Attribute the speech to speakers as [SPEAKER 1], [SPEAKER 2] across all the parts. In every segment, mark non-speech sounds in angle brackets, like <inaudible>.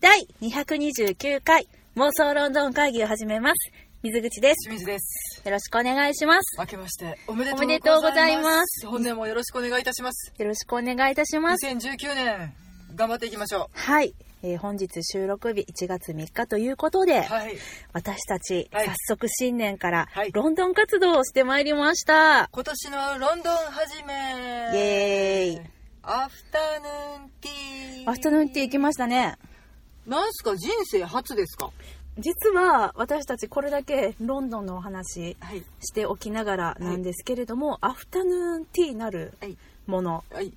[SPEAKER 1] 第229回妄想ロンドン会議を始めます。水口です。
[SPEAKER 2] 清水です。
[SPEAKER 1] よろしくお願いします。
[SPEAKER 2] 明けましておめで
[SPEAKER 1] おめでと
[SPEAKER 2] と
[SPEAKER 1] う
[SPEAKER 2] う
[SPEAKER 1] ご
[SPEAKER 2] ご
[SPEAKER 1] ざ
[SPEAKER 2] ざ
[SPEAKER 1] い
[SPEAKER 2] い
[SPEAKER 1] ま
[SPEAKER 2] ますす。本年もよろしくお願いいたします。
[SPEAKER 1] よろしくお願いいたします。
[SPEAKER 2] 2019年頑張っていきましょ
[SPEAKER 1] はい。えー本日収録日1月3日ということで、
[SPEAKER 2] う。はい。
[SPEAKER 1] 私たち、
[SPEAKER 2] はい
[SPEAKER 1] 早速新年から
[SPEAKER 2] はい
[SPEAKER 1] ロンドン活動をしてまいりました。
[SPEAKER 2] 今年のロンドン始め。
[SPEAKER 1] イエーイ。
[SPEAKER 2] アフタヌーンティー。
[SPEAKER 1] アフタヌーンティー行きましたね。
[SPEAKER 2] なんすか人生初ですか。
[SPEAKER 1] 実は私たちこれだけロンドンのお話
[SPEAKER 2] はい
[SPEAKER 1] しておきながらなんですけれども、アフタヌーンティーなる
[SPEAKER 2] はい
[SPEAKER 1] もの、
[SPEAKER 2] はい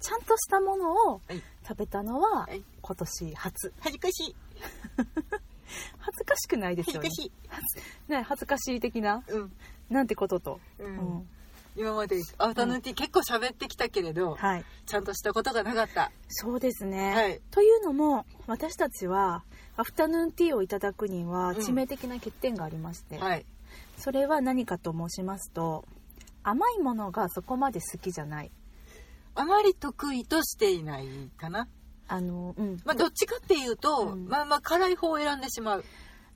[SPEAKER 1] ちゃんとしたものを
[SPEAKER 2] はい。
[SPEAKER 1] 食べたのは
[SPEAKER 2] はい
[SPEAKER 1] 今年初
[SPEAKER 2] 恥ずかしい。
[SPEAKER 1] 恥ずかしくないですよね
[SPEAKER 2] い。
[SPEAKER 1] ね恥ずかしい的な
[SPEAKER 2] うん。
[SPEAKER 1] なんてことと、
[SPEAKER 2] う
[SPEAKER 1] うん
[SPEAKER 2] ん。今までアフタヌーンティー結構喋ってきたけれど、
[SPEAKER 1] はい
[SPEAKER 2] ちゃんとしたことがなかった。
[SPEAKER 1] そうですね、
[SPEAKER 2] はい
[SPEAKER 1] というのも私たちはアフタヌーンティーをいただくには
[SPEAKER 2] うん
[SPEAKER 1] 致命的な欠点がありまして、
[SPEAKER 2] はい。
[SPEAKER 1] それは何かと申しますと甘いものがそこまで好きじゃない
[SPEAKER 2] あまり得意としていないかな。
[SPEAKER 1] あのうん
[SPEAKER 2] まあ、どっちかっていうと、
[SPEAKER 1] うん
[SPEAKER 2] まあまあ辛い方を選んでしまう。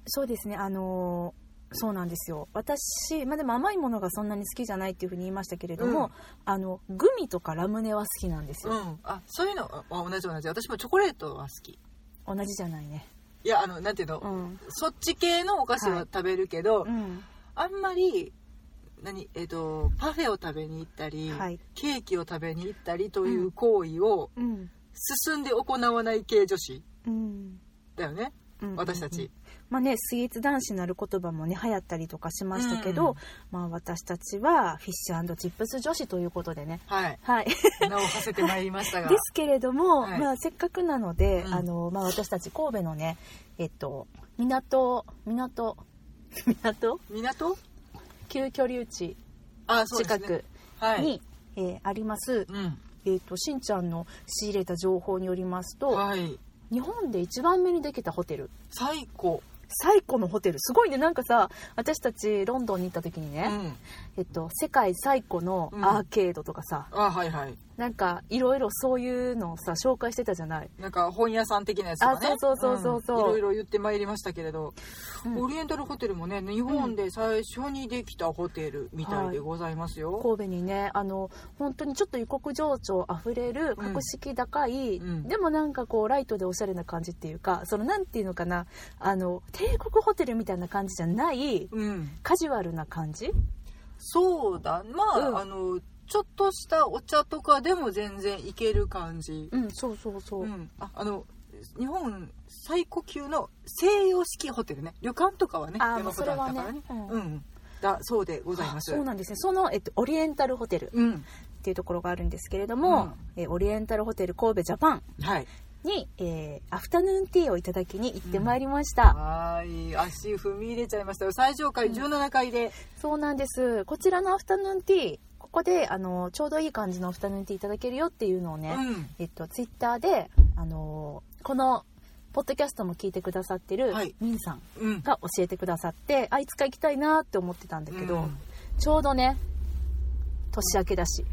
[SPEAKER 1] そうですねあのそうなんですよ私、まあ、でも甘いものがそんなに好きじゃないっていうふうに言いましたけれども、
[SPEAKER 2] うん
[SPEAKER 1] あのグミとかラムネは好きなんです
[SPEAKER 2] う
[SPEAKER 1] よ、
[SPEAKER 2] ん。あ、そういうの、あ同じ同じ。私もチョコレートは好き。
[SPEAKER 1] 同じじゃないね
[SPEAKER 2] いや、あの、なんていうの、
[SPEAKER 1] うん、
[SPEAKER 2] そっち系のお菓子
[SPEAKER 1] は
[SPEAKER 2] はい食べるけど、
[SPEAKER 1] うん、
[SPEAKER 2] あんまり、何、えっ、と、パフェを食べに行ったり、
[SPEAKER 1] はい
[SPEAKER 2] ケーキを食べに行ったりという行為を
[SPEAKER 1] うん、
[SPEAKER 2] 進んで行わない系女子
[SPEAKER 1] うん、
[SPEAKER 2] だよね、
[SPEAKER 1] うん
[SPEAKER 2] 私たち。
[SPEAKER 1] まあねスイーツ男子なる言葉もね流行ったりとかしましたけど、
[SPEAKER 2] うん
[SPEAKER 1] まあ私たちはフィッシュチップス女子ということでね <laughs>
[SPEAKER 2] はい。
[SPEAKER 1] はいで
[SPEAKER 2] 名を馳せてまいりましたが。
[SPEAKER 1] すけれども、
[SPEAKER 2] はい
[SPEAKER 1] まあせっかくなので、
[SPEAKER 2] うん
[SPEAKER 1] あのまあ私たち神戸のねえっと港港 <laughs> 港
[SPEAKER 2] 港
[SPEAKER 1] 旧居留地
[SPEAKER 2] あ、そうです
[SPEAKER 1] 近
[SPEAKER 2] ね。
[SPEAKER 1] く
[SPEAKER 2] はい。
[SPEAKER 1] に、えーあります、
[SPEAKER 2] うん。
[SPEAKER 1] えっとしんちゃんの仕入れた情報によりますと、
[SPEAKER 2] はい。
[SPEAKER 1] 日本で一番目にできたホテル
[SPEAKER 2] 最高。
[SPEAKER 1] 最古のホテルすごいねなんかさ私たちロンドンに行った時に
[SPEAKER 2] う
[SPEAKER 1] ね、
[SPEAKER 2] ん。
[SPEAKER 1] えっと、世界最古のアーケードとかさ、
[SPEAKER 2] あ、はいはい。
[SPEAKER 1] なんかいろいろそういうのをさ紹介してたじゃない、
[SPEAKER 2] なんか本屋さん的なやつとかね
[SPEAKER 1] あそうそうそうそうそうん
[SPEAKER 2] いろいろ言ってまいりましたけれど、
[SPEAKER 1] うん
[SPEAKER 2] オリエンタルホテルもね日本で最初にできたホテルみたいでございますよ、
[SPEAKER 1] 神戸にねあの本当にちょっと異国情緒あふれる格式高い、
[SPEAKER 2] うん
[SPEAKER 1] でもなんかこうライトでおしゃれな感じっていうかそのなんていうのかなあの帝国ホテルみたいな感じじゃない
[SPEAKER 2] うん
[SPEAKER 1] カジュアルな感じ
[SPEAKER 2] そうだまあ、
[SPEAKER 1] うん
[SPEAKER 2] あのちょっとしたお茶とかでも全然いける感じ、
[SPEAKER 1] うんそうそうそう、
[SPEAKER 2] うんああの日本最古級の西洋式ホテルね旅館とかはね
[SPEAKER 1] あー
[SPEAKER 2] 山ほどあったからね
[SPEAKER 1] それはねう
[SPEAKER 2] うんん、だそうでございます
[SPEAKER 1] そうなんですねその、えっと、オリエンタルホテル
[SPEAKER 2] うん
[SPEAKER 1] っていうところがあるんですけれども、えーオリエンタルホテル神戸ジャパン
[SPEAKER 2] はい
[SPEAKER 1] に、えーアフタヌーンティーをいただきに行ってまいりました、
[SPEAKER 2] はーい足踏み入れちゃいましたよ最上階17階で、
[SPEAKER 1] そうなんですこちらのアフタヌーンティーここであのちょうどいい感じのアフタヌーンティーいただけるよっていうのをね、
[SPEAKER 2] うん
[SPEAKER 1] えっと、ツイッターで、あのーこのポッドキャストも聞いてくださってる
[SPEAKER 2] はい
[SPEAKER 1] ミンさん
[SPEAKER 2] うん
[SPEAKER 1] が教えてくださってあいつか行きたいなって思ってたんだけど、
[SPEAKER 2] うん
[SPEAKER 1] ちょうどね年明けだし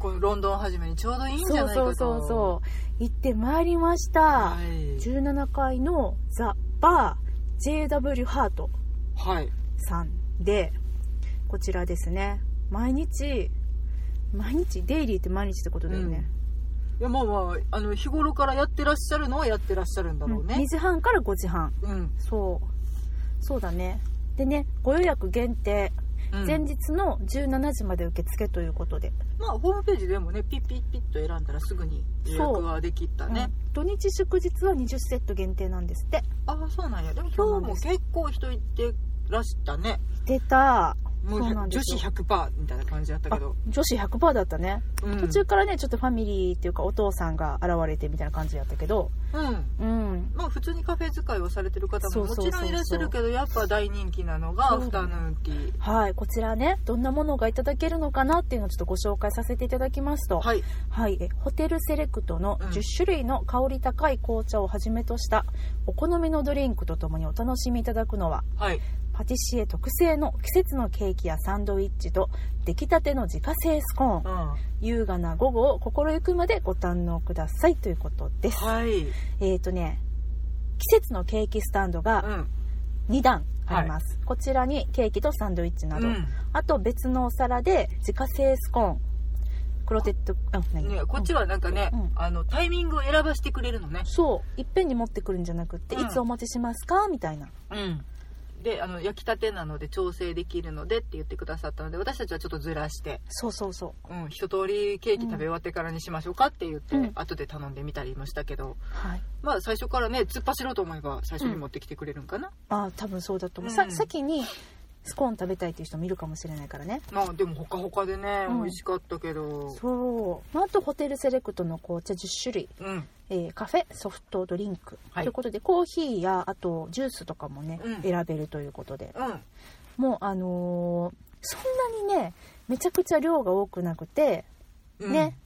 [SPEAKER 2] このロンドン始めにちょうどいいんじ
[SPEAKER 1] そ
[SPEAKER 2] ゃ
[SPEAKER 1] う
[SPEAKER 2] ないか
[SPEAKER 1] そ
[SPEAKER 2] と
[SPEAKER 1] うそうそう行ってまいりました、
[SPEAKER 2] はい、
[SPEAKER 1] 17階のザ・バー JW ハート
[SPEAKER 2] はい、
[SPEAKER 1] さんでこちらですね毎日毎日デイリーって毎日ってことだよね,、
[SPEAKER 2] いやまあまああの日頃からやってらっしゃるのはやってらっしゃるんだろう
[SPEAKER 1] うん2
[SPEAKER 2] ね
[SPEAKER 1] 時半から5時半
[SPEAKER 2] うん、
[SPEAKER 1] そうそうだねでねご予約限定、
[SPEAKER 2] うん
[SPEAKER 1] 前日の17時まで受付ということで、
[SPEAKER 2] まあホームページでもねピッピッピッと選んだらすぐに予約はできたね、
[SPEAKER 1] うん土日祝日は20セット限定なんですって
[SPEAKER 2] ああそうなんやでも
[SPEAKER 1] そうな
[SPEAKER 2] 今日
[SPEAKER 1] ん
[SPEAKER 2] も
[SPEAKER 1] です
[SPEAKER 2] 結構人行ってらしたね
[SPEAKER 1] 出た
[SPEAKER 2] も
[SPEAKER 1] そうなん
[SPEAKER 2] う
[SPEAKER 1] で
[SPEAKER 2] 女
[SPEAKER 1] すよ
[SPEAKER 2] 子100%みたいな感じだったけ
[SPEAKER 1] あ
[SPEAKER 2] ど、
[SPEAKER 1] 女子100%だったね、
[SPEAKER 2] うん、
[SPEAKER 1] 途中からねちょっとファミリーっていうかお父さんが現れてみたいな感じだったけど
[SPEAKER 2] うん
[SPEAKER 1] うん
[SPEAKER 2] まあ普通にカフェ使いをされてる方
[SPEAKER 1] そう
[SPEAKER 2] も
[SPEAKER 1] そ
[SPEAKER 2] も
[SPEAKER 1] うそうそう
[SPEAKER 2] ちろんいらっしゃるけどやっぱ大人気なのがアフタヌーンティー、
[SPEAKER 1] はいこちらねどんなものがいただけるのかなっていうのをちょっとご紹介させていただきますと
[SPEAKER 2] はい
[SPEAKER 1] はい、えホテルセレクトの
[SPEAKER 2] うん
[SPEAKER 1] 10種類の香り高い紅茶をはじめとしたお好みのドリンクとともにお楽しみいただくのは
[SPEAKER 2] はい
[SPEAKER 1] パティシエ特製の季節のケーキやサンドイッチと出来たての自家製スコーン
[SPEAKER 2] は
[SPEAKER 1] 優雅な午後を心ゆくまでご堪能くださいということです
[SPEAKER 2] い、
[SPEAKER 1] えっ、とね季節のケーキスタンド
[SPEAKER 2] う
[SPEAKER 1] が
[SPEAKER 2] ん
[SPEAKER 1] 2段あります、こちらにケーキとサンドイッチなど、
[SPEAKER 2] うん
[SPEAKER 1] あと別のお皿で自家製スコーンクロテッドあ何
[SPEAKER 2] ね、こっちはなんかね、
[SPEAKER 1] うん
[SPEAKER 2] あのタイミングを選ばしてくれるのね、
[SPEAKER 1] そういっぺんに持ってくるんじゃなくって、
[SPEAKER 2] うん
[SPEAKER 1] いつお持ちしますかみたいな
[SPEAKER 2] うん、であの焼きたてなので調整できるのでって言ってくださったので私たちはちょっとずらして、
[SPEAKER 1] そうそうそう
[SPEAKER 2] うん、一通りケーキ食べ終わってからにしましょうかって言って、
[SPEAKER 1] うん
[SPEAKER 2] 後で頼んでみたりもしたけど、
[SPEAKER 1] はい
[SPEAKER 2] まあ最初からね突っ走ろうと思えば最初に持ってきてくれるんかな、
[SPEAKER 1] あ多分そうだと思う、
[SPEAKER 2] う
[SPEAKER 1] さ
[SPEAKER 2] ん
[SPEAKER 1] 先にスコーン食べたいっていう人もいるかもしれないからね
[SPEAKER 2] まあでもほかほかでね、
[SPEAKER 1] うん
[SPEAKER 2] 美味しかったけど
[SPEAKER 1] そうあとホテルセレクトの紅茶10種類、
[SPEAKER 2] うん
[SPEAKER 1] えーカフェソフトドリンク、
[SPEAKER 2] はい
[SPEAKER 1] ということでコーヒーやあとジュースとかもね、
[SPEAKER 2] うん
[SPEAKER 1] 選べるということで
[SPEAKER 2] うん
[SPEAKER 1] もうあのーそんなにねめちゃくちゃ量が多くなくて
[SPEAKER 2] うん
[SPEAKER 1] ね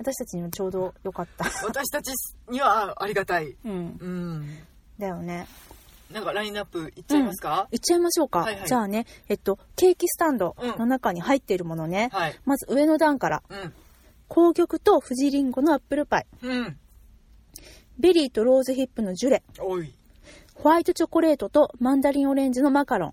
[SPEAKER 1] 私たちにはちょうど良かった、
[SPEAKER 2] 私たちにはありがたい
[SPEAKER 1] うん、
[SPEAKER 2] うん
[SPEAKER 1] だよね
[SPEAKER 2] なんかラインナップいっちゃいますか、
[SPEAKER 1] いっちゃいましょうか、
[SPEAKER 2] はいはい
[SPEAKER 1] じゃあねえっとケーキスタンドの中に入っているものね、
[SPEAKER 2] はい
[SPEAKER 1] まず上の段から
[SPEAKER 2] うん
[SPEAKER 1] 紅玉と富士リンゴのアップルパイ
[SPEAKER 2] うん
[SPEAKER 1] ベリーとローズヒップのジュレ
[SPEAKER 2] おい
[SPEAKER 1] ホワイトチョコレートとマンダリンオレンジのマカロン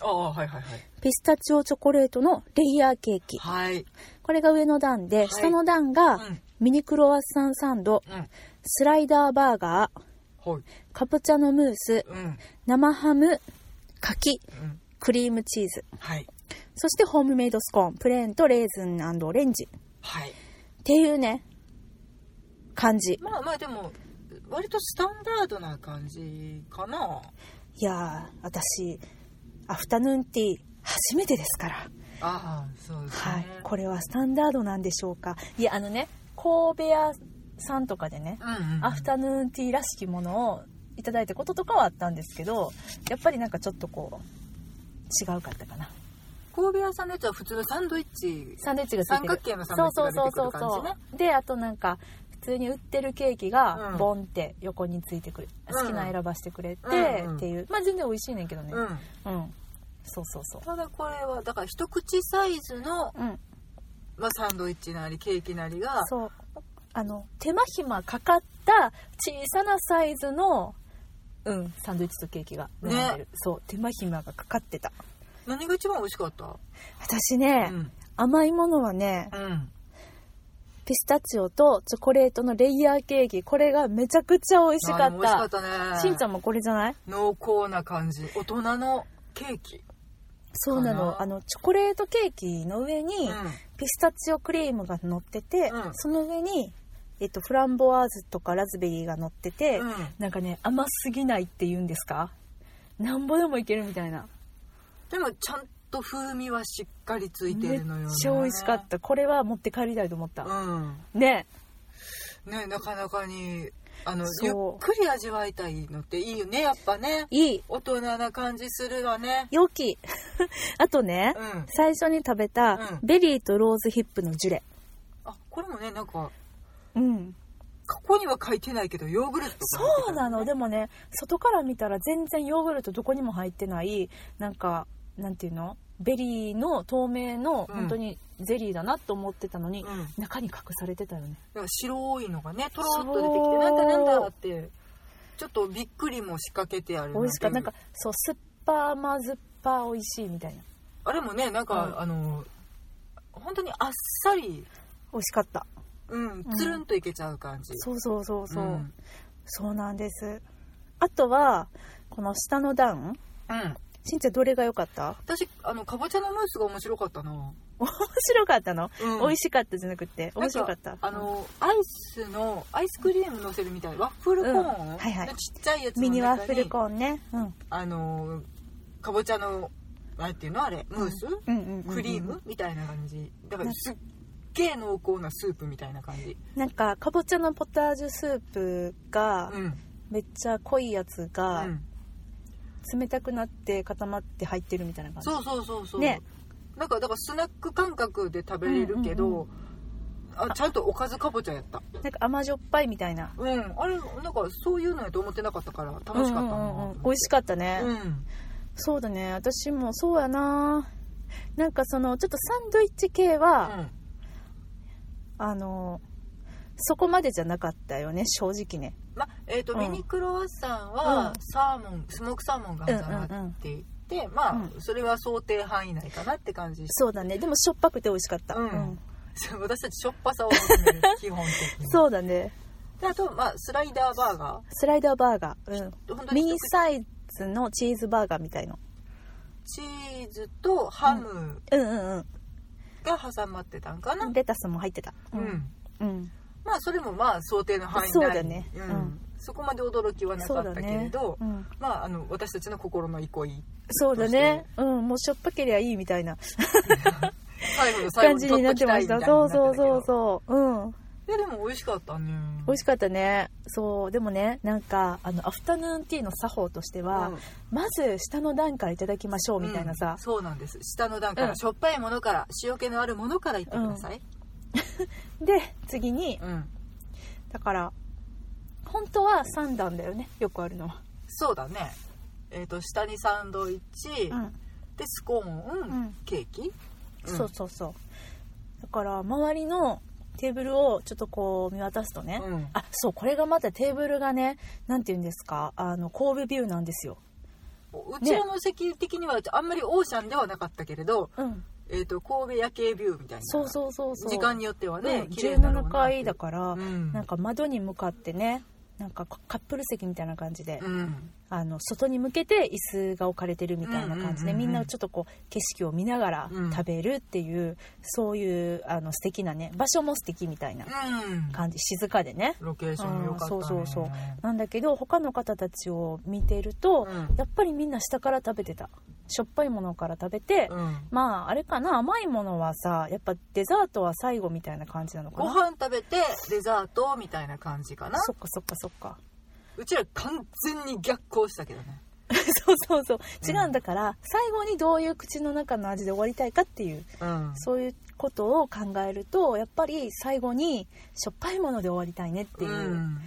[SPEAKER 2] ああはいはいはい
[SPEAKER 1] ピスタチオチョコレートのレイヤーケーキ
[SPEAKER 2] はい
[SPEAKER 1] これが上の段で、
[SPEAKER 2] い
[SPEAKER 1] 下の段
[SPEAKER 2] う
[SPEAKER 1] が
[SPEAKER 2] ん
[SPEAKER 1] ミニクロワッサンサンド
[SPEAKER 2] うん
[SPEAKER 1] スライダーバーガー
[SPEAKER 2] はい
[SPEAKER 1] カプチャノムース
[SPEAKER 2] うん
[SPEAKER 1] 生ハム柿
[SPEAKER 2] うん
[SPEAKER 1] クリームチーズ
[SPEAKER 2] はい
[SPEAKER 1] そしてホームメイドスコーンプレーンとレーズンオレンジ
[SPEAKER 2] はい
[SPEAKER 1] っていうね感じ
[SPEAKER 2] まあまあでも割とスタンダードな感じかない
[SPEAKER 1] やー私アフタヌーンティー初めてですから、
[SPEAKER 2] ああそうですね
[SPEAKER 1] はい、これはスタンダードなんでしょうかいやあのね神戸屋さんとかでね
[SPEAKER 2] うんうん
[SPEAKER 1] アフタヌーンティーらしきものをいただいたこととかはあったんですけどやっぱりなんかちょっとこう違うかったかな
[SPEAKER 2] 神戸屋さんのやつは普通のサンドイッチ
[SPEAKER 1] サンドイッチがついてる
[SPEAKER 2] 三角形のサンドイッチが出てくる感じね
[SPEAKER 1] そうそうそうそうであとなんか普通に売ってるケーキが
[SPEAKER 2] うん
[SPEAKER 1] ボンって横についてくる、
[SPEAKER 2] うん
[SPEAKER 1] 好きなの選ばしてくれて、
[SPEAKER 2] うんうん
[SPEAKER 1] っていうまあ全然美味しいねんけどね
[SPEAKER 2] うん
[SPEAKER 1] うん、そうそうそう
[SPEAKER 2] ただこれはだから一口サイズの、
[SPEAKER 1] うん
[SPEAKER 2] まあ、サンドイッチなりケーキなりが
[SPEAKER 1] そうあの手間暇かかった小さなサイズのうんサンドイッチとケーキが並んでる、そう手間暇がかかってた
[SPEAKER 2] 何が一番美味しかった
[SPEAKER 1] 私ね、
[SPEAKER 2] うん
[SPEAKER 1] 甘いものはね
[SPEAKER 2] うん
[SPEAKER 1] ピスタチオとチョコレートのレイヤーケーキこれがめちゃくちゃ美味しか
[SPEAKER 2] あでも美味しか
[SPEAKER 1] っ
[SPEAKER 2] った
[SPEAKER 1] た
[SPEAKER 2] ね
[SPEAKER 1] しんちゃんもこれじゃない
[SPEAKER 2] 濃厚な感じ大人のケーキ、
[SPEAKER 1] そうなの
[SPEAKER 2] かな
[SPEAKER 1] あのチョコレートケーキの上に
[SPEAKER 2] う
[SPEAKER 1] ピスタチオクリームが乗ってて、
[SPEAKER 2] うん
[SPEAKER 1] その上に、えっと、フランボワーズとかラズベリーが乗ってて、
[SPEAKER 2] ん
[SPEAKER 1] なんかね甘すぎないって言うんですかなんぼでもいけるみたいな
[SPEAKER 2] でもちゃんと風味はしっかりついて
[SPEAKER 1] めっ
[SPEAKER 2] るのよ、ね、
[SPEAKER 1] ちゃ美味しかったこれは持って帰りたいと思った、
[SPEAKER 2] うん
[SPEAKER 1] ね
[SPEAKER 2] ねなかなかにあのゆ
[SPEAKER 1] そう
[SPEAKER 2] っくり味わいたいのっていいよねやっぱね
[SPEAKER 1] いい
[SPEAKER 2] 大人な感じするわね
[SPEAKER 1] 容器 <laughs> あとね、
[SPEAKER 2] うん
[SPEAKER 1] 最初に食べた
[SPEAKER 2] うん
[SPEAKER 1] ベリーとローズヒップのジュレ
[SPEAKER 2] あこれもねなんか
[SPEAKER 1] うん
[SPEAKER 2] ここには書いてないけどヨーグルトとか
[SPEAKER 1] そうなのでもね外から見たら全然ヨーグルトどこにも入ってないなんかなんていうのベリーの透明の
[SPEAKER 2] うん
[SPEAKER 1] 本当にゼリーだなと思ってたのに、
[SPEAKER 2] うん、だ
[SPEAKER 1] 中に隠されてたよね
[SPEAKER 2] から白いのがねとろっと出てき
[SPEAKER 1] そ
[SPEAKER 2] て
[SPEAKER 1] う
[SPEAKER 2] なんだなんだってちょっとびっくりも仕掛けてある
[SPEAKER 1] 美味しかったなん
[SPEAKER 2] てい
[SPEAKER 1] かそう酸っぱ甘酸っぱ美味しいみたいな
[SPEAKER 2] うあれもねなんか、
[SPEAKER 1] うん
[SPEAKER 2] あの本当にあっさり
[SPEAKER 1] 美味しかった
[SPEAKER 2] うんつるんといけちゃう感じ、
[SPEAKER 1] そうそうそうそう、
[SPEAKER 2] うん
[SPEAKER 1] そうなんですあとはこの下の段
[SPEAKER 2] うん
[SPEAKER 1] しんちゃんどれが良かった <laughs>
[SPEAKER 2] 私あのかぼちゃのムースが面白かったな、
[SPEAKER 1] 面白かったの、
[SPEAKER 2] うん
[SPEAKER 1] 美味しかったじゃなくて面白かった
[SPEAKER 2] あのアイスのアイスクリームのせるみたいなワッフルコーン、
[SPEAKER 1] うんはいはい
[SPEAKER 2] ちっちゃいやつの中
[SPEAKER 1] ミ
[SPEAKER 2] に
[SPEAKER 1] ニワッフルコーンね、うん、うん
[SPEAKER 2] あのかぼちゃのなんていうのあれムース、
[SPEAKER 1] うんうんうん
[SPEAKER 2] クリーム、みたいな感じだからすっげえ濃厚なスープみたいな感じ
[SPEAKER 1] なんかかぼちゃのポタージュスープが
[SPEAKER 2] うん、
[SPEAKER 1] めっちゃ濃いやつが
[SPEAKER 2] うん
[SPEAKER 1] 冷たくなって固まって入ってるみたいな感じ、
[SPEAKER 2] そうそうそうそう、
[SPEAKER 1] ね
[SPEAKER 2] なんかだからスナック感覚で食べれるけど、
[SPEAKER 1] うんうんう
[SPEAKER 2] あちゃんとおかずかぼちゃやった
[SPEAKER 1] なんか甘じょっぱいみたいな
[SPEAKER 2] うんあれなんかそういうのやと思ってなかったから楽しかったな、
[SPEAKER 1] うんうんうんうん美味しかったね、
[SPEAKER 2] うん
[SPEAKER 1] そうだね私もそうやななんかそのちょっとサンドイッチ系は、あのそこまでじゃなかったよね正直ね
[SPEAKER 2] まあえー、と
[SPEAKER 1] うん
[SPEAKER 2] ミニクロワッサンは
[SPEAKER 1] うん
[SPEAKER 2] サーモン、スモークサーモンが挟まっていて、まあ、
[SPEAKER 1] う
[SPEAKER 2] それは想定範囲内かなって感じ
[SPEAKER 1] そうだねでもしょっぱくて美味しかった、
[SPEAKER 2] うん
[SPEAKER 1] うん
[SPEAKER 2] そう <laughs> 私たちしょっぱさを求める基本的
[SPEAKER 1] <laughs>
[SPEAKER 2] に
[SPEAKER 1] そうだね
[SPEAKER 2] であと、まあ、スライダーバーガ
[SPEAKER 1] スライダーバーガー、うん、
[SPEAKER 2] ー本当
[SPEAKER 1] ミ
[SPEAKER 2] に
[SPEAKER 1] ニ
[SPEAKER 2] 一口
[SPEAKER 1] サイズのチーズバーガーみたいの
[SPEAKER 2] チーズとハム
[SPEAKER 1] うんうん
[SPEAKER 2] が挟まってたんかな
[SPEAKER 1] うんレタスも入ってた
[SPEAKER 2] うん、
[SPEAKER 1] うん
[SPEAKER 2] まあそれもまあ想定の範囲内
[SPEAKER 1] そうだね
[SPEAKER 2] うん
[SPEAKER 1] うん
[SPEAKER 2] そこまで驚きはな
[SPEAKER 1] そ
[SPEAKER 2] か
[SPEAKER 1] う
[SPEAKER 2] っ
[SPEAKER 1] だ
[SPEAKER 2] たけれ
[SPEAKER 1] ね
[SPEAKER 2] ど、
[SPEAKER 1] うん
[SPEAKER 2] まああの私たちの心の
[SPEAKER 1] <laughs>
[SPEAKER 2] 憩い
[SPEAKER 1] そうだねうんもうしょっぱけりゃいいみたいな
[SPEAKER 2] 最後の最後
[SPEAKER 1] 感
[SPEAKER 2] に
[SPEAKER 1] じ
[SPEAKER 2] 取
[SPEAKER 1] に
[SPEAKER 2] っ
[SPEAKER 1] なっ
[SPEAKER 2] とき
[SPEAKER 1] て
[SPEAKER 2] た
[SPEAKER 1] ま
[SPEAKER 2] い
[SPEAKER 1] し
[SPEAKER 2] み
[SPEAKER 1] たた
[SPEAKER 2] いに
[SPEAKER 1] そ
[SPEAKER 2] な
[SPEAKER 1] う
[SPEAKER 2] ってた
[SPEAKER 1] そ
[SPEAKER 2] けど
[SPEAKER 1] うそうそううん
[SPEAKER 2] いやでも美味しかったね
[SPEAKER 1] 美味しかったねそうでもねなんかあのアフタヌーンティーの作法としては、
[SPEAKER 2] うん
[SPEAKER 1] まず下の段からいただきましょうみたいな
[SPEAKER 2] う
[SPEAKER 1] さ
[SPEAKER 2] ん、そうなんです下の段から、
[SPEAKER 1] うん
[SPEAKER 2] しょっぱいものから塩気のあるものからいってください、
[SPEAKER 1] で次に
[SPEAKER 2] うん
[SPEAKER 1] だから本当は3段だよねよくあるのは、
[SPEAKER 2] そうだねえっ、と下にサンドイッチ、
[SPEAKER 1] うん
[SPEAKER 2] でスコーン、
[SPEAKER 1] うん
[SPEAKER 2] ケーキ、うん
[SPEAKER 1] そうそうそうだから周りのテーブルをちょっとこう見渡すとね、
[SPEAKER 2] うん
[SPEAKER 1] あそうこれがまたテーブルがねなんて言うんですかあの神戸ビューなんですよ、
[SPEAKER 2] うちらの席的にはあんまりオーシャンではなかったけれど、
[SPEAKER 1] うん、
[SPEAKER 2] えー、と神戸夜景ビューみたいな
[SPEAKER 1] そうそうそうそう
[SPEAKER 2] 時間によってはね、
[SPEAKER 1] うん
[SPEAKER 2] 綺麗なの
[SPEAKER 1] 17階だから、
[SPEAKER 2] うん
[SPEAKER 1] なんか窓に向かってねなんかカップル席みたいな感じで、
[SPEAKER 2] うん
[SPEAKER 1] あの外に向けて椅子が置かれてるみたいな感じで、
[SPEAKER 2] うんうんうんうん
[SPEAKER 1] みんなちょっとこう景色を見ながら
[SPEAKER 2] うん
[SPEAKER 1] 食べるっていう、そういうあの素敵なね場所も素敵みたいな
[SPEAKER 2] うん
[SPEAKER 1] 感じ静かでね
[SPEAKER 2] ロケーション良かった
[SPEAKER 1] う
[SPEAKER 2] ね、
[SPEAKER 1] んそうそうそうなんだけど他の方たちを見てると、
[SPEAKER 2] うん
[SPEAKER 1] やっぱりみんな下から食べてたしょっぱいものから食べて、
[SPEAKER 2] うん
[SPEAKER 1] まああれかな甘いものはさやっぱデザートは最後みたいな感じなのか
[SPEAKER 2] ご
[SPEAKER 1] な
[SPEAKER 2] 飯食べてデザートみたいな感じかな
[SPEAKER 1] そっかそっかそっか <laughs>
[SPEAKER 2] うちら完全に逆行したけどね
[SPEAKER 1] そうそうそう違うんだから、最後にどういう口の中の味で終わりたいかっていう
[SPEAKER 2] うん
[SPEAKER 1] そういうことを考えるとやっぱり最後にしょっぱいもので終わりたいねっていう、
[SPEAKER 2] ん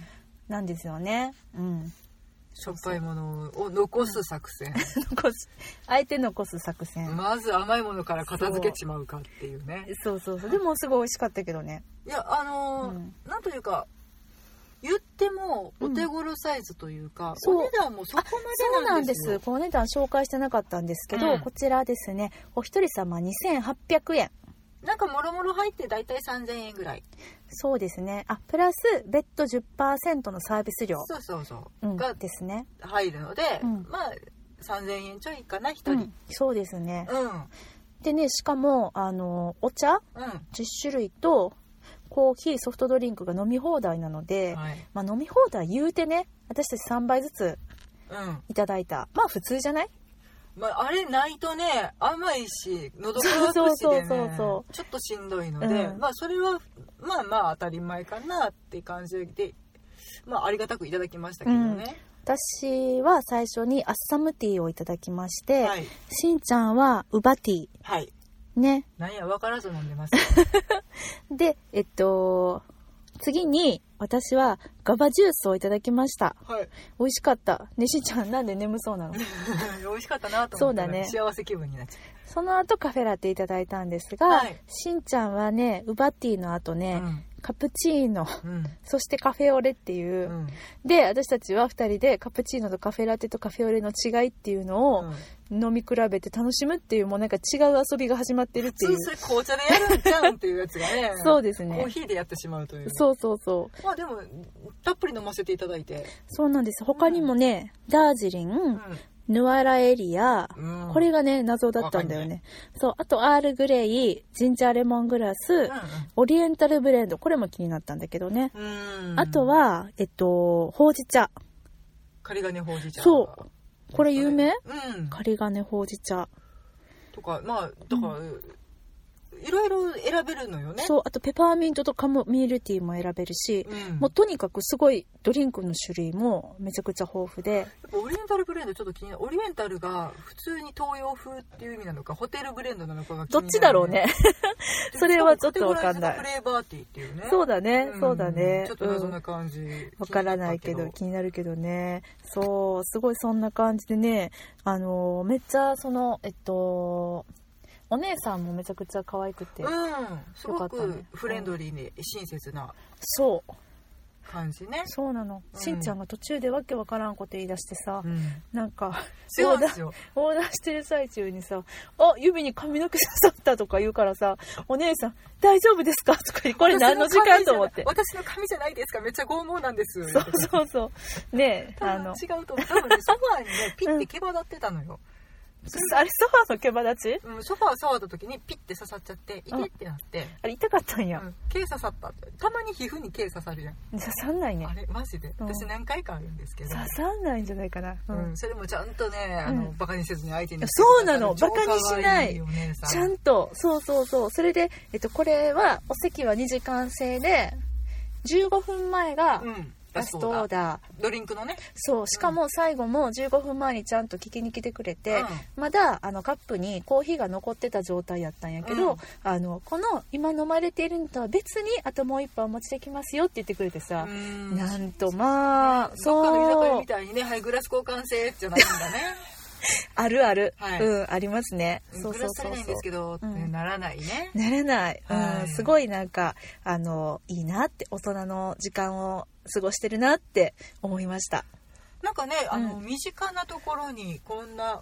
[SPEAKER 1] なんですよねうん <laughs>
[SPEAKER 2] しょっぱいものを残す作戦
[SPEAKER 1] 残すあえて残す作戦、
[SPEAKER 2] まず甘いものから片付けちまうかっていうね
[SPEAKER 1] そうそうそうでもすごい美味しかったけどね
[SPEAKER 2] いやあのー
[SPEAKER 1] うん
[SPEAKER 2] なんというか言ってもお
[SPEAKER 1] うん
[SPEAKER 2] 手頃サイズというか、
[SPEAKER 1] そう
[SPEAKER 2] お値段もそこ
[SPEAKER 1] そ
[SPEAKER 2] ま
[SPEAKER 1] う
[SPEAKER 2] でな
[SPEAKER 1] なんん
[SPEAKER 2] で
[SPEAKER 1] ですす
[SPEAKER 2] よ
[SPEAKER 1] この値段紹介してなかったんですけど、
[SPEAKER 2] うん
[SPEAKER 1] こちらですねお一人様2800円
[SPEAKER 2] なんかもろもろ入って大体3000円ぐらい
[SPEAKER 1] そうですねあプラス別途10%のサービス料、
[SPEAKER 2] そうそうそう、
[SPEAKER 1] うん
[SPEAKER 2] が、
[SPEAKER 1] ですね、
[SPEAKER 2] 入るので、
[SPEAKER 1] うん
[SPEAKER 2] まあ3000円ちょいかな1人
[SPEAKER 1] う
[SPEAKER 2] うん
[SPEAKER 1] ん、そうですね
[SPEAKER 2] うん、
[SPEAKER 1] でねしかもあのお茶10種類とコーヒーソフトドリンクが飲み放題なので、
[SPEAKER 2] はい
[SPEAKER 1] まあ、飲み放題言うてね私たち3杯ずつ
[SPEAKER 2] うん
[SPEAKER 1] いただいたまあ普通じゃない
[SPEAKER 2] まあ、あれないとね甘いし喉乾
[SPEAKER 1] そ
[SPEAKER 2] く
[SPEAKER 1] う
[SPEAKER 2] しで、
[SPEAKER 1] そう
[SPEAKER 2] ね、
[SPEAKER 1] そうそ
[SPEAKER 2] ちょっとしんどいので、
[SPEAKER 1] うん
[SPEAKER 2] まあそれはまあまあ当たり前かなって感じで、まあ、ありがたくいただきましたけどね、
[SPEAKER 1] 私は最初にアッサムティーをいただきまして、
[SPEAKER 2] はい
[SPEAKER 1] しんちゃんはウバティ
[SPEAKER 2] はい
[SPEAKER 1] ーね
[SPEAKER 2] なんや分からず飲んで
[SPEAKER 1] <laughs>
[SPEAKER 2] ます
[SPEAKER 1] でえっと次に私はガバジュースをいただきました
[SPEAKER 2] はい
[SPEAKER 1] 美味しかったねしんちゃんなんで眠そうなの
[SPEAKER 2] <laughs> 美味しかったなと
[SPEAKER 1] そ
[SPEAKER 2] 思っ
[SPEAKER 1] う
[SPEAKER 2] た
[SPEAKER 1] だ
[SPEAKER 2] ら、
[SPEAKER 1] ね
[SPEAKER 2] 幸せ気分になっちゃ
[SPEAKER 1] その後カフェラテいただいたんですが、
[SPEAKER 2] はい
[SPEAKER 1] しんちゃんはねウバティーの後ね、
[SPEAKER 2] う、
[SPEAKER 1] カプチーノ
[SPEAKER 2] うんうん
[SPEAKER 1] そしてカフェオレっていうう、
[SPEAKER 2] ん
[SPEAKER 1] で私たちは2人でカプチーノとカフェラテとカフェオレの違いっていうのを
[SPEAKER 2] うん
[SPEAKER 1] 飲み比べて楽しむっていうもうなんか違う遊びが始まってるって
[SPEAKER 2] 普
[SPEAKER 1] いう
[SPEAKER 2] 通それ紅茶でやるんじゃんっていうやつがね
[SPEAKER 1] <laughs> そうです
[SPEAKER 2] コー
[SPEAKER 1] ね
[SPEAKER 2] ヒーでやってしまうという
[SPEAKER 1] そうそうそう
[SPEAKER 2] まあでもたっぷり飲ませていただいて、
[SPEAKER 1] そうなんです他にもね、ダージリン、ヌアラエリア、
[SPEAKER 2] うん
[SPEAKER 1] これがね謎だったんだよねそうあとアールグレイジンジャーレモングラス、オリエンタルブレンドこれも気になったんだけどね、
[SPEAKER 2] うんうんうん
[SPEAKER 1] あとはえっとほうじ茶
[SPEAKER 2] カリガネほうじ茶
[SPEAKER 1] そうこれ有名
[SPEAKER 2] うん
[SPEAKER 1] カリガネほうじ茶
[SPEAKER 2] とかまあだから、いろいろ選べるのよね
[SPEAKER 1] そうあとペパーミントとカモミールティーも選べるし、
[SPEAKER 2] うん、
[SPEAKER 1] もうとにかくすごいドリンクの種類もめちゃくちゃ豊富で
[SPEAKER 2] やっぱオリエンタルブレンドちょっと気になるオリエンタルが普通に東洋風っていう意味なのかホテルブレンドなのかが気に
[SPEAKER 1] ど
[SPEAKER 2] なる
[SPEAKER 1] っちだろうね
[SPEAKER 2] で
[SPEAKER 1] それはちょっとわかんない
[SPEAKER 2] カテゴライズがフレーバーティーっていうね
[SPEAKER 1] そうだね、
[SPEAKER 2] ん
[SPEAKER 1] そうだね
[SPEAKER 2] ちょっと
[SPEAKER 1] う
[SPEAKER 2] 謎
[SPEAKER 1] ん
[SPEAKER 2] な感じ
[SPEAKER 1] わからないけど
[SPEAKER 2] 気
[SPEAKER 1] 気になるけどねそうすごいそんな感じでねあのーめっちゃそのえっとお姉さんもめちゃくちゃ可愛くて、
[SPEAKER 2] になったけどうんす
[SPEAKER 1] よか
[SPEAKER 2] ご
[SPEAKER 1] ったね
[SPEAKER 2] くフレンドリーで親切な
[SPEAKER 1] そう
[SPEAKER 2] 感じね、
[SPEAKER 1] そうなの、
[SPEAKER 2] うん
[SPEAKER 1] しんちゃんが途中でわけわからんこと言い出してさ、
[SPEAKER 2] うん、
[SPEAKER 1] なんか
[SPEAKER 2] そうなんですよ
[SPEAKER 1] オーダーしてる最中にさ「あ指に髪の毛刺さった」とか言うからさお姉さん「大丈夫ですか?」とか言ってこれ何の時間と思って
[SPEAKER 2] 私の髪じゃないですかめっちゃ剛毛なんですよ
[SPEAKER 1] そうそうそうねえ
[SPEAKER 2] 多
[SPEAKER 1] あ
[SPEAKER 2] 分
[SPEAKER 1] の
[SPEAKER 2] 違うと思う多分ねソファーに
[SPEAKER 1] <laughs>
[SPEAKER 2] ねピッて毛羽立ってたのよ、
[SPEAKER 1] あれソファーの毛羽立ち
[SPEAKER 2] うん、ソファー触った時にピッて刺さっちゃって痛
[SPEAKER 1] うん
[SPEAKER 2] いってなって、
[SPEAKER 1] あれ痛かったんや、
[SPEAKER 2] うん、毛刺さったってたまに皮膚に毛刺さるやん、
[SPEAKER 1] 刺さんないね
[SPEAKER 2] あれマジで
[SPEAKER 1] うん
[SPEAKER 2] 私何回かあるんですけど
[SPEAKER 1] 刺さんないんじゃないかな、う
[SPEAKER 2] うんん、それもちゃんとね、あの、
[SPEAKER 1] うん
[SPEAKER 2] バカにせずに相手に
[SPEAKER 1] そうなの
[SPEAKER 2] してくださる
[SPEAKER 1] バカにしない
[SPEAKER 2] 超可愛お姉さん
[SPEAKER 1] ちゃんとそうそうそうそれで、えっと、これはお席は2時間制で15分前が
[SPEAKER 2] うん、
[SPEAKER 1] ラ
[SPEAKER 2] ラ
[SPEAKER 1] ス
[SPEAKER 2] ス
[SPEAKER 1] ト
[SPEAKER 2] ト
[SPEAKER 1] オ
[SPEAKER 2] オ
[SPEAKER 1] ー
[SPEAKER 2] ーダー
[SPEAKER 1] ダー、
[SPEAKER 2] ドリンクのね、
[SPEAKER 1] そうしかも最後も15分前にちゃんと聞きに来てくれて、まだあのカップにコーヒーが残ってた状態やったんやけど、
[SPEAKER 2] うん
[SPEAKER 1] あのこの今飲まれているのとは別にあともう一杯お持ちできますよって言ってくれてさ、
[SPEAKER 2] うん
[SPEAKER 1] なんとまあ
[SPEAKER 2] どっかの居酒
[SPEAKER 1] そ
[SPEAKER 2] 屋
[SPEAKER 1] う
[SPEAKER 2] みたいにね、はい、グラス交換制じゃないんだね。
[SPEAKER 1] <laughs> あるある、
[SPEAKER 2] はい
[SPEAKER 1] うんありますね
[SPEAKER 2] うんグラス足りないんですけど、って
[SPEAKER 1] うん
[SPEAKER 2] ならないね。
[SPEAKER 1] なれない、うん
[SPEAKER 2] はい
[SPEAKER 1] すごいなんかあのいいなって大人の時間を過ごしてるなって思いました
[SPEAKER 2] なんかね、あの、
[SPEAKER 1] う
[SPEAKER 2] 身近なところにこんな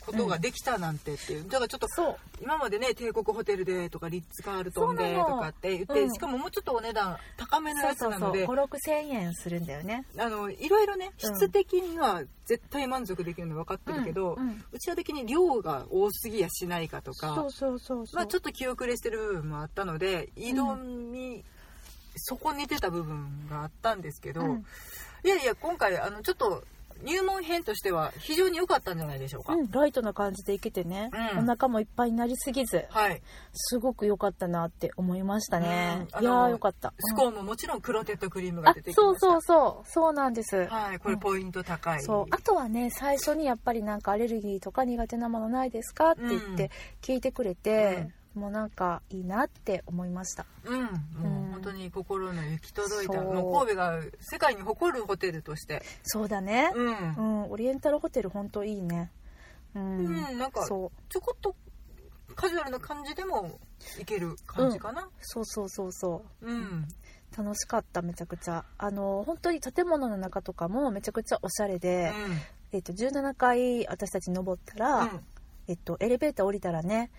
[SPEAKER 2] ことができたなんてっていう。だからちょっと、
[SPEAKER 1] そう
[SPEAKER 2] 今までね、帝国ホテルでとか、リッツ・カールトン
[SPEAKER 1] そう
[SPEAKER 2] で
[SPEAKER 1] な
[SPEAKER 2] と
[SPEAKER 1] の
[SPEAKER 2] かって言って、
[SPEAKER 1] うん
[SPEAKER 2] しかももうちょっとお値段高めの
[SPEAKER 1] そう
[SPEAKER 2] やつ
[SPEAKER 1] そう
[SPEAKER 2] な
[SPEAKER 1] そ
[SPEAKER 2] の
[SPEAKER 1] う
[SPEAKER 2] で、
[SPEAKER 1] 5 6千円するんだよね
[SPEAKER 2] あの、いろいろね、
[SPEAKER 1] うん
[SPEAKER 2] 質的には絶対満足できるの分かってるけど、う
[SPEAKER 1] うんうん
[SPEAKER 2] ちは的に量が多すぎやしないかとか、
[SPEAKER 1] そうそうそうそう、
[SPEAKER 2] まあ、ちょっと気遅れしてる部分もあったので挑み、損ねてた部分があったんですけど、
[SPEAKER 1] うん
[SPEAKER 2] いやいや今回あのちょっと入門編としては非常に良かったんじゃないでしょうか、
[SPEAKER 1] うん、ライトな感じでいけてね、
[SPEAKER 2] うん
[SPEAKER 1] お腹もいっぱいになりすぎず
[SPEAKER 2] はい
[SPEAKER 1] すごく良かったなって思いましたね、
[SPEAKER 2] うん
[SPEAKER 1] いや
[SPEAKER 2] あ
[SPEAKER 1] ー
[SPEAKER 2] の
[SPEAKER 1] 良かった
[SPEAKER 2] ス
[SPEAKER 1] う
[SPEAKER 2] コ
[SPEAKER 1] ん
[SPEAKER 2] ーンももちろんクロテッドクリームが
[SPEAKER 1] あ
[SPEAKER 2] 出てきました
[SPEAKER 1] そうそうそうそうなんです、
[SPEAKER 2] はいこれポイント高い、
[SPEAKER 1] そうあとはね最初にやっぱりなんかアレルギーとか苦手なものないですかって言って聞いてくれて、もうなんかいいなって思いました
[SPEAKER 2] うんも
[SPEAKER 1] うん
[SPEAKER 2] う本当に心の行き届いた
[SPEAKER 1] そう
[SPEAKER 2] もう神戸が世界に誇るホテルとして
[SPEAKER 1] そうだね
[SPEAKER 2] うん、
[SPEAKER 1] う
[SPEAKER 2] うん
[SPEAKER 1] ん、オリエンタルホテルほんといいねうん、
[SPEAKER 2] なんか
[SPEAKER 1] そう
[SPEAKER 2] ちょこっとカジュアルな感じでもいける感じかな、
[SPEAKER 1] そうそうそうそう
[SPEAKER 2] うん、
[SPEAKER 1] 楽しかっためちゃくちゃあの本当に建物の中とかもめちゃくちゃおしゃれで、
[SPEAKER 2] うん
[SPEAKER 1] えっと17階私たち登ったら、
[SPEAKER 2] う
[SPEAKER 1] えっと、エレベーター降りたらね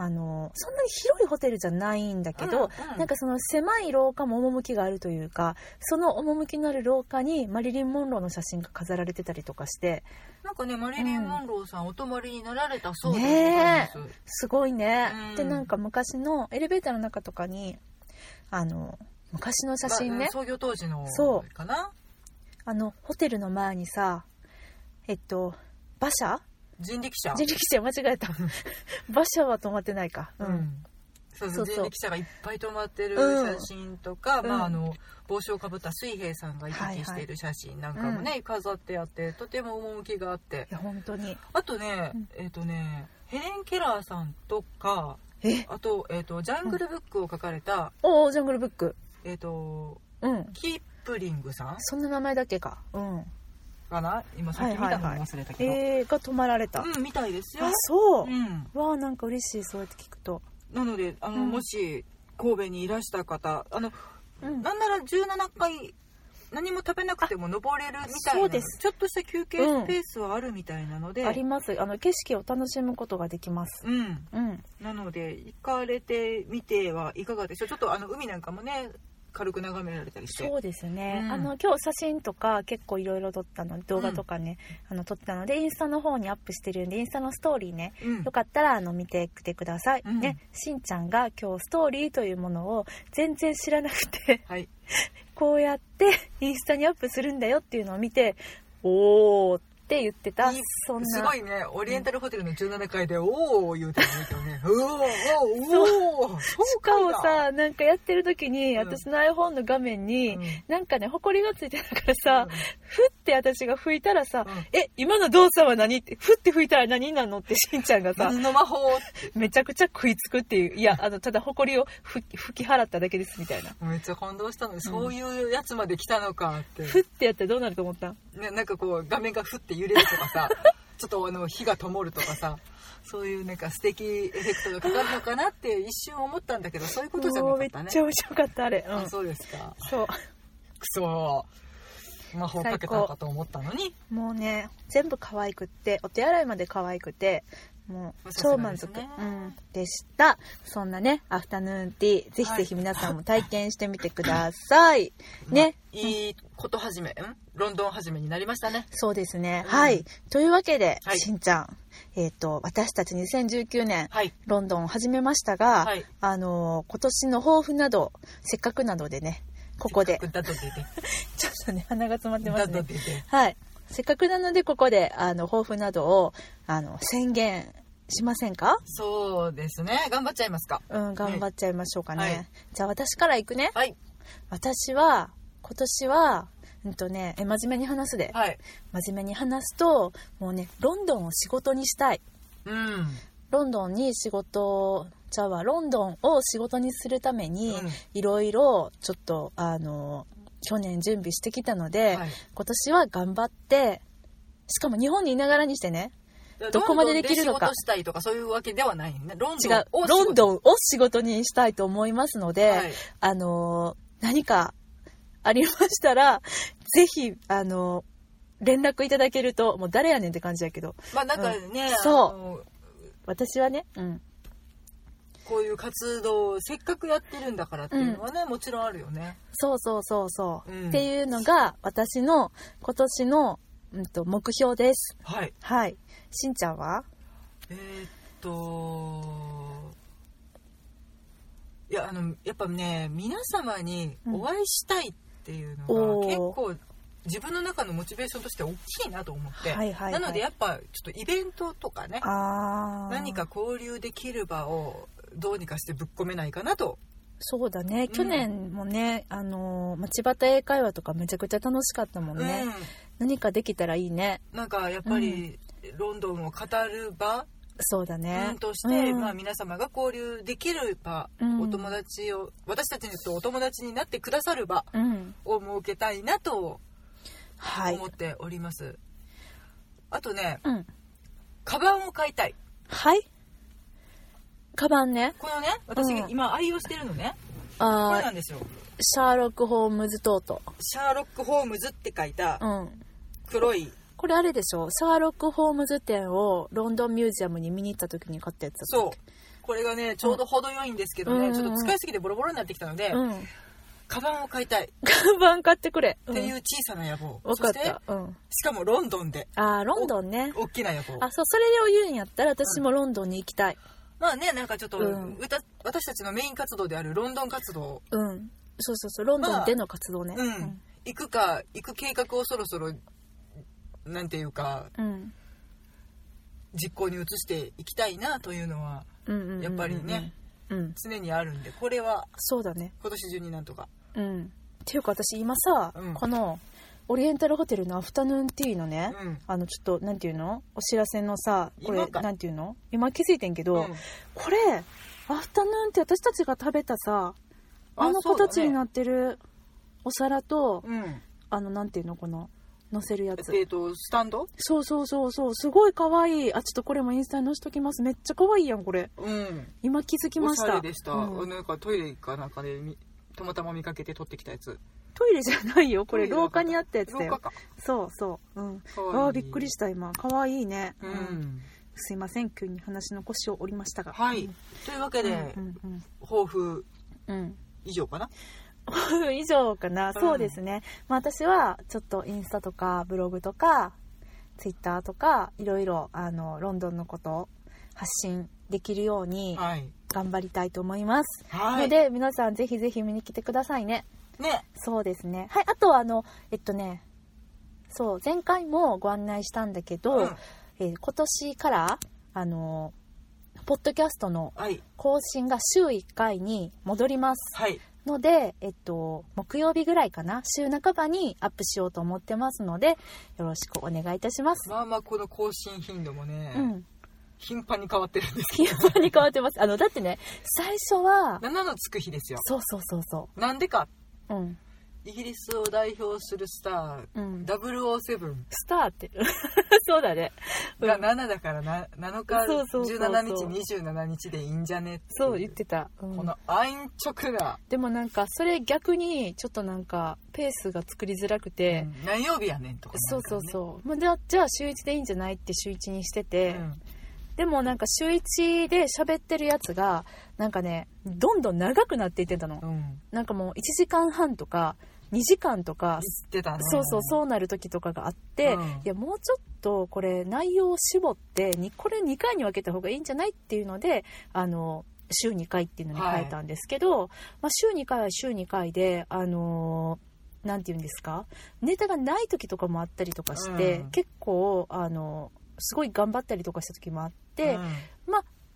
[SPEAKER 1] あのそんなに広いホテルじゃないんだけど、
[SPEAKER 2] うんうん
[SPEAKER 1] なんかその狭い廊下も趣があるというかその趣のある廊下にマリリン・モンローの写真が飾られてたりとかして
[SPEAKER 2] ん、なんかねマリリン・モンローさん、お泊まりになられたそうで
[SPEAKER 1] ね
[SPEAKER 2] ございます
[SPEAKER 1] すごいね、
[SPEAKER 2] うん
[SPEAKER 1] でなんか昔のエレベーターの中とかにあの昔の写真
[SPEAKER 2] ま
[SPEAKER 1] ね
[SPEAKER 2] あ、創業当時の
[SPEAKER 1] そう
[SPEAKER 2] かな
[SPEAKER 1] あのホテルの前にさえっと馬車
[SPEAKER 2] 人力車
[SPEAKER 1] 人力車間違え
[SPEAKER 2] <laughs>
[SPEAKER 1] た馬車は止まってないか、う
[SPEAKER 2] うんんそうそう
[SPEAKER 1] そうそう
[SPEAKER 2] 人力車がいっぱい泊まってる
[SPEAKER 1] うん
[SPEAKER 2] 写真とか、
[SPEAKER 1] うん
[SPEAKER 2] まあ、あの帽子をかぶった水平さんが行き来している写真なんかもね、
[SPEAKER 1] は
[SPEAKER 2] 飾ってあってとても趣があって
[SPEAKER 1] いや本当に
[SPEAKER 2] あとね、
[SPEAKER 1] うん
[SPEAKER 2] えっ、とねヘレン・ケラーさんとか
[SPEAKER 1] え
[SPEAKER 2] あと,、えっとジャングルブックを書かれた、
[SPEAKER 1] おおジャングルブック
[SPEAKER 2] えっと
[SPEAKER 1] うん
[SPEAKER 2] キープリングさん
[SPEAKER 1] そんな名前だけかうん
[SPEAKER 2] かな今さっき見たの忘れたけど、
[SPEAKER 1] えー、が止まられた、
[SPEAKER 2] うんみたいですよ
[SPEAKER 1] あそう、
[SPEAKER 2] うん、
[SPEAKER 1] わあなんか嬉しいそうやって聞くと、
[SPEAKER 2] なのであの、
[SPEAKER 1] うん
[SPEAKER 2] もし神戸にいらした方あの
[SPEAKER 1] うん
[SPEAKER 2] なんなら17階何も食べなくても登れるみたい
[SPEAKER 1] そ
[SPEAKER 2] な
[SPEAKER 1] うです
[SPEAKER 2] ちょっとした休憩スペースはあるみたいなので、
[SPEAKER 1] ありますあの景色を楽しむことができます
[SPEAKER 2] うん、
[SPEAKER 1] うん
[SPEAKER 2] なので行かれてみてはいかがでしょうちょっとあの海なんかもね軽く眺められたりして
[SPEAKER 1] そうですね、
[SPEAKER 2] うん
[SPEAKER 1] あの今日写真とか結構いろいろ撮ったの動画とかね、あの撮ったのでインスタの方にアップしてるんでインスタのストーリーね
[SPEAKER 2] うん
[SPEAKER 1] よかったらあの見てきてください、
[SPEAKER 2] うん
[SPEAKER 1] ねしんちゃんが今日ストーリーというものを全然知らなくて
[SPEAKER 2] はい、
[SPEAKER 1] <laughs> こうやってインスタにアップするんだよっていうのを見ておーっって言ってた
[SPEAKER 2] いい
[SPEAKER 1] そん
[SPEAKER 2] す
[SPEAKER 1] な
[SPEAKER 2] ごいねオリエンタルホテルの17階で「おお」言うてるの見たよ
[SPEAKER 1] <laughs>
[SPEAKER 2] ね「うおおおおそう
[SPEAKER 1] しかも
[SPEAKER 2] いな
[SPEAKER 1] さなんかやってる時に
[SPEAKER 2] うん
[SPEAKER 1] 私の iPhone の画面に、
[SPEAKER 2] うん
[SPEAKER 1] なんかね埃がついてたからさ、
[SPEAKER 2] うん
[SPEAKER 1] ふって私が拭いたらさ
[SPEAKER 2] うん
[SPEAKER 1] 「え今の動作は何?」ってふって拭いたら何なのってしんちゃんがさ
[SPEAKER 2] 何の魔法
[SPEAKER 1] めちゃくちゃ食いつくっていういやあのただ埃をふ吹き払っただけですみたいな
[SPEAKER 2] めっちゃ感動したのに、そういうやつまで来たのかって
[SPEAKER 1] ふってやったらどうなると思った
[SPEAKER 2] ね、なんかこう画面がふって揺れるとか
[SPEAKER 1] <laughs>
[SPEAKER 2] さちょっとあの火が灯るとかさそういうなんか素敵エフェクトがかかるのかなって一瞬思ったんだけどそういうことじゃな
[SPEAKER 1] も
[SPEAKER 2] か
[SPEAKER 1] うめ
[SPEAKER 2] っ
[SPEAKER 1] っち
[SPEAKER 2] た
[SPEAKER 1] ゃ
[SPEAKER 2] ね
[SPEAKER 1] 面白かったあれ、う
[SPEAKER 2] あ
[SPEAKER 1] ん、
[SPEAKER 2] そうですか
[SPEAKER 1] そう
[SPEAKER 2] くそ魔法かけたのかと思ったのに
[SPEAKER 1] もうね全部可愛くってお手洗いまで可愛くてもう
[SPEAKER 2] まあさすが
[SPEAKER 1] 超満足
[SPEAKER 2] ですね
[SPEAKER 1] うん、でしたそんなねアフタヌーンティーぜひぜひ皆さんも体験してみてくださ
[SPEAKER 2] <laughs>
[SPEAKER 1] い、ね
[SPEAKER 2] まあいいこと始めんロンドン始めになりましたね
[SPEAKER 1] そうですね、
[SPEAKER 2] うん
[SPEAKER 1] はいというわけで、
[SPEAKER 2] はい
[SPEAKER 1] しんちゃんえっ、と私たち2019年
[SPEAKER 2] はい
[SPEAKER 1] ロンドンを始めましたが、
[SPEAKER 2] はい
[SPEAKER 1] あのー今年の抱負などせっかくなのでねここで
[SPEAKER 2] せっかくだと出て
[SPEAKER 1] <laughs> ちょっとね鼻が詰まってま
[SPEAKER 2] だ
[SPEAKER 1] す
[SPEAKER 2] と
[SPEAKER 1] ね
[SPEAKER 2] 出て
[SPEAKER 1] はい。せっかくなので、ここで、あの、抱負などを、あの、宣言しませんか
[SPEAKER 2] そうですね頑張っちゃいますか
[SPEAKER 1] うん、頑張っちゃいましょうかね。
[SPEAKER 2] はい
[SPEAKER 1] じゃあ、私から行くね。
[SPEAKER 2] はい
[SPEAKER 1] 私は、今年は、うんとね、え、真面目に話すで。
[SPEAKER 2] はい
[SPEAKER 1] 真面目に話すと、もうね、ロンドンを仕事にしたい。
[SPEAKER 2] うん、うん
[SPEAKER 1] ロンドンに仕事、じゃあは、ロンドンを仕事にするために、いろいろ、ちょっと、あの、去年準備してきたので、
[SPEAKER 2] はい
[SPEAKER 1] 今年は頑張って、しかも日本にいながらにしてね、どこまでできるのか
[SPEAKER 2] ロンドンで仕事したいとかそういうわけではないねロン
[SPEAKER 1] 違う
[SPEAKER 2] ドンを仕事
[SPEAKER 1] ロンドンを仕事にしたいと思いますので、
[SPEAKER 2] はい
[SPEAKER 1] あのー何かありましたら <laughs> ぜひあのー連絡いただけるともう誰やねんって感じやけど
[SPEAKER 2] まあなんかね、あの
[SPEAKER 1] そ私はね、うん、
[SPEAKER 2] こういう活動をせっかくやってるんだからっていうのはね、もちろんあるよね。
[SPEAKER 1] そうそうそうそう、
[SPEAKER 2] うん
[SPEAKER 1] っていうのが私の今年の、うん、と目標です
[SPEAKER 2] はい。
[SPEAKER 1] はいしんちゃんは
[SPEAKER 2] えーっと、いや、あの、やっぱね、皆様にお会いしたいっていうのが、
[SPEAKER 1] うん
[SPEAKER 2] 結構自分の中のモチベーションとして大きいなと思って、
[SPEAKER 1] はいはいはい
[SPEAKER 2] なのでやっぱちょっとイベントとかね、
[SPEAKER 1] あー
[SPEAKER 2] 何か交流できる場をどうにかしてぶっ込めないかなと。
[SPEAKER 1] そうだね
[SPEAKER 2] ん
[SPEAKER 1] 去年もね、あのー町端英会話とかめちゃくちゃ楽しかったもんね、何かできたらいいね
[SPEAKER 2] なんかやっぱり、ロンドンを語る場
[SPEAKER 1] そうだね
[SPEAKER 2] うん。として、
[SPEAKER 1] うん
[SPEAKER 2] まあ、皆様が交流できる場、
[SPEAKER 1] うん
[SPEAKER 2] お友達を私たちとお友達になってくださる場
[SPEAKER 1] うん、
[SPEAKER 2] を設けたいなと
[SPEAKER 1] はい
[SPEAKER 2] 思。っております、あとね
[SPEAKER 1] うん、
[SPEAKER 2] カバンを買いたい
[SPEAKER 1] はい。カバンね。
[SPEAKER 2] このね私が今愛用してるのね、これ
[SPEAKER 1] あ
[SPEAKER 2] な
[SPEAKER 1] あ、
[SPEAKER 2] んですよ
[SPEAKER 1] シャーロック・ホームズトート。
[SPEAKER 2] シャーロック・ホームズって書いた
[SPEAKER 1] うん。
[SPEAKER 2] 黒い
[SPEAKER 1] これあれでしょシャーロック・ホームズ展をロンドンミュージアムに見に行った時に買ったやつだった
[SPEAKER 2] そうこれがねちょうど程よいんですけどね、
[SPEAKER 1] うん
[SPEAKER 2] ちょっと使いすぎてボロボロになってきたので、
[SPEAKER 1] うん。
[SPEAKER 2] カバンを買いたいっ
[SPEAKER 1] カバン買ってくれ。うん
[SPEAKER 2] ていう小さな野望、
[SPEAKER 1] わか
[SPEAKER 2] そ
[SPEAKER 1] っ
[SPEAKER 2] して
[SPEAKER 1] た。うん。
[SPEAKER 2] しかもロンドンで
[SPEAKER 1] ああ、ロンドンね。
[SPEAKER 2] 大きな野望
[SPEAKER 1] あ、そう、それを言うんやったら私もロンドンに行きたい。
[SPEAKER 2] まあねなんかちょっと、
[SPEAKER 1] うん
[SPEAKER 2] うた私たちのメイン活動であるロンドン活動、
[SPEAKER 1] うん。そうそうそう、ロンドンでの活動ね。
[SPEAKER 2] うん行くか行く計画をそろそろなんていうか
[SPEAKER 1] うん。うん。
[SPEAKER 2] 実行に移していきたいなというのは
[SPEAKER 1] うんうんうんうん
[SPEAKER 2] やっぱりね。
[SPEAKER 1] うん。
[SPEAKER 2] 常にあるんでこれは
[SPEAKER 1] そうだね。
[SPEAKER 2] 今年中になんとか
[SPEAKER 1] うん、っていうか私今さ、
[SPEAKER 2] うん
[SPEAKER 1] このオリエンタルホテルのアフタヌーンティーのね、
[SPEAKER 2] うん
[SPEAKER 1] あのちょっとなんていうのお知らせのさこれ
[SPEAKER 2] 今か
[SPEAKER 1] なんていうの今気づいてんけど、
[SPEAKER 2] うん
[SPEAKER 1] これアフタヌーンって私たちが食べたさ
[SPEAKER 2] あ
[SPEAKER 1] あの
[SPEAKER 2] そうだね
[SPEAKER 1] 形になってるお皿と、
[SPEAKER 2] うん
[SPEAKER 1] あのなんていうのこの乗せるやつ
[SPEAKER 2] えっとスタンド
[SPEAKER 1] そうそうそうそうすごい可愛いあちょっとこれもインスタに載せときますめっちゃ可愛いやんこれ
[SPEAKER 2] うん
[SPEAKER 1] 今気づきまし
[SPEAKER 2] おしゃ
[SPEAKER 1] た
[SPEAKER 2] れでした、
[SPEAKER 1] うん
[SPEAKER 2] なんかトイレかなんかでみたまたま見かけて撮ってきたやつ
[SPEAKER 1] トイレじゃないよこれ
[SPEAKER 2] トイレだ
[SPEAKER 1] 廊下にあったやつだ
[SPEAKER 2] 廊下
[SPEAKER 1] よ
[SPEAKER 2] か
[SPEAKER 1] そうそううん
[SPEAKER 2] かわいい
[SPEAKER 1] わあびっくりした今可愛いね、
[SPEAKER 2] う
[SPEAKER 1] うん
[SPEAKER 2] ん、
[SPEAKER 1] すいません急に話の腰を折りましたが
[SPEAKER 2] はい、
[SPEAKER 1] うん
[SPEAKER 2] というわけで、
[SPEAKER 1] うんうん
[SPEAKER 2] 抱負
[SPEAKER 1] うん
[SPEAKER 2] 以上かな
[SPEAKER 1] うん <laughs> 以上かな、
[SPEAKER 2] ん
[SPEAKER 1] そうですね、まあ、私はちょっとインスタとかブログとかツイッターとかいろいろあのロンドンのことを発信できるように
[SPEAKER 2] はい
[SPEAKER 1] 頑張りたいと思います、
[SPEAKER 2] は
[SPEAKER 1] の
[SPEAKER 2] い
[SPEAKER 1] で皆さんぜひぜひ見に来てくださいね
[SPEAKER 2] ね
[SPEAKER 1] そうですねはいあとはあのえっとねそう前回もご案内したんだけど、
[SPEAKER 2] うん
[SPEAKER 1] えー今年からあのポッドキャストの
[SPEAKER 2] はい
[SPEAKER 1] 更新が週1回に戻ります
[SPEAKER 2] はい
[SPEAKER 1] ので、えっと、木曜日ぐらいかな週半ばにアップしようと思ってますのでよろしくお願いいたします、
[SPEAKER 2] まあまあこの更新頻度もね、
[SPEAKER 1] うん
[SPEAKER 2] 頻繁に変わってるんです
[SPEAKER 1] 頻繁に変わってますあのだってね最初は
[SPEAKER 2] 7のつく日ですよ
[SPEAKER 1] そうそうそうそ
[SPEAKER 2] なんでか
[SPEAKER 1] ううん
[SPEAKER 2] イギリスを代表するスタ
[SPEAKER 1] う
[SPEAKER 2] ー
[SPEAKER 1] ん
[SPEAKER 2] 007
[SPEAKER 1] スターって <laughs> そうだねうん
[SPEAKER 2] が7だからな7日
[SPEAKER 1] そうそうそうそう
[SPEAKER 2] 17日27日でいいんじゃねってい
[SPEAKER 1] そう言ってた、うん
[SPEAKER 2] この安直な、
[SPEAKER 1] でもなんかそれ逆にちょっとなんかペースが作りづらくて、
[SPEAKER 2] うん何曜日やねんとかな
[SPEAKER 1] そう
[SPEAKER 2] るか
[SPEAKER 1] そ
[SPEAKER 2] ら
[SPEAKER 1] う
[SPEAKER 2] ね、
[SPEAKER 1] そう、まあ、じゃあじゃあ週1でいいんじゃないって週1にしてて、
[SPEAKER 2] うん
[SPEAKER 1] でもなんか週1で喋ってるやつがなんかねどんどん長くなっていってたの、
[SPEAKER 2] うん
[SPEAKER 1] なんかもう1時間半とか2時間とか、
[SPEAKER 2] 言ってたね
[SPEAKER 1] そうそうそうなる時とかがあって、
[SPEAKER 2] うん
[SPEAKER 1] いやもうちょっとこれ内容を絞ってにこれ2回に分けた方がいいんじゃないっていうのであの週2回っていうのに変えたんですけど、まあ、週2回は週2回であのーなんて言うんですかネタがない時とかもあったりとかして、
[SPEAKER 2] うん
[SPEAKER 1] 結構あのすごい頑張ったりとかした時もあって、
[SPEAKER 2] うん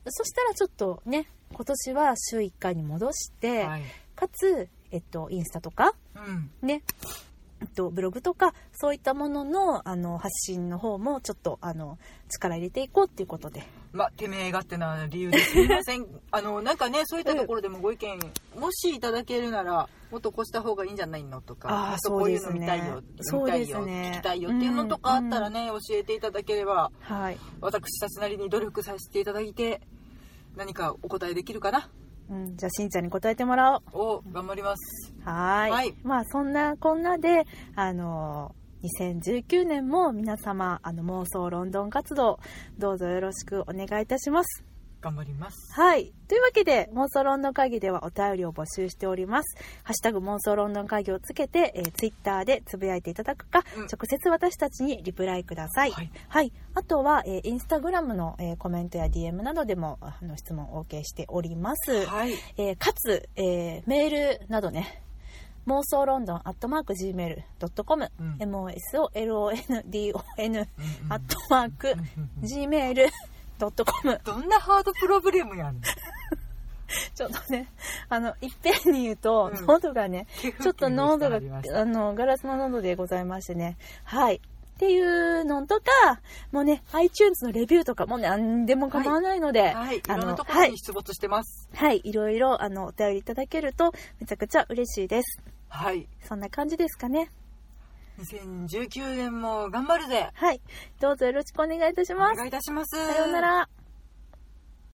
[SPEAKER 1] そしたらちょっとね今年は週1回に戻して、
[SPEAKER 2] はい
[SPEAKER 1] かつ、えっと、インスタとか
[SPEAKER 2] うん
[SPEAKER 1] ね、えっとブログとかそういったもののあの発信の方もちょっとあの力入れていこうっていうことで
[SPEAKER 2] まあ、てめえがってな理由ですみま
[SPEAKER 1] <laughs>
[SPEAKER 2] せんあのなんかねそういったところでもご意見、もしいただけるならもっとこうした方がいいんじゃないのとか
[SPEAKER 1] あー
[SPEAKER 2] あとこういう
[SPEAKER 1] そ
[SPEAKER 2] の
[SPEAKER 1] うですね
[SPEAKER 2] 見たいよ
[SPEAKER 1] そう
[SPEAKER 2] 見たい
[SPEAKER 1] です
[SPEAKER 2] よ、
[SPEAKER 1] ね
[SPEAKER 2] 聞きたいよっていうのとかあったらね、教えていただければ
[SPEAKER 1] はい、
[SPEAKER 2] 私たちなりに努力させていただいて何かお答えできるかな
[SPEAKER 1] うん、じゃあしんちゃんに答えてもらおう
[SPEAKER 2] を頑張ります
[SPEAKER 1] はーい
[SPEAKER 2] はい
[SPEAKER 1] まあそんなこんなであの2019年も皆様あの妄想ロンドン活動どうぞよろしくお願いいたします
[SPEAKER 2] 頑張ります
[SPEAKER 1] はい。というわけで、妄想ロンドン会議ではお便りを募集しております。ハッシュタグ妄想ロンドン会議をつけて、えー、ツイッターでつぶやいていただくか、
[SPEAKER 2] うん
[SPEAKER 1] 直接私たちにリプライください。は
[SPEAKER 2] はいい。
[SPEAKER 1] あとは、えーインスタグラムの、えーコメントや DM などでも、あの、質問をお受けしております。
[SPEAKER 2] はい
[SPEAKER 1] えーかつ、えーメールなどね、妄想ロンドンアットマーク Gmail.com、
[SPEAKER 2] うん
[SPEAKER 1] MOSOLONDON
[SPEAKER 2] うんうん
[SPEAKER 1] アットマーク
[SPEAKER 2] うんうんうん
[SPEAKER 1] Gmail.com
[SPEAKER 2] どんなハードプロブレムやん
[SPEAKER 1] ちょっとね、あの、いっぺんに言うと、
[SPEAKER 2] うん
[SPEAKER 1] 喉がね、 <laughs> ちょっと喉が、
[SPEAKER 2] う
[SPEAKER 1] あの、ガラスの喉でございましてね。はい。っていうのとか、もうね、iTunes のレビューとかもう何でも構わないので、はい、
[SPEAKER 2] はいい
[SPEAKER 1] あの
[SPEAKER 2] ろんなところに出没してます
[SPEAKER 1] い、ろいろ、あの、お便りいただけると、めちゃくちゃ嬉しいです。
[SPEAKER 2] はい
[SPEAKER 1] そんな感じですかね。
[SPEAKER 2] 2019年も頑張るぜ
[SPEAKER 1] はい。どうぞよろしくお願いいたし
[SPEAKER 2] お
[SPEAKER 1] ます。
[SPEAKER 2] 願いいたします
[SPEAKER 1] さようなら。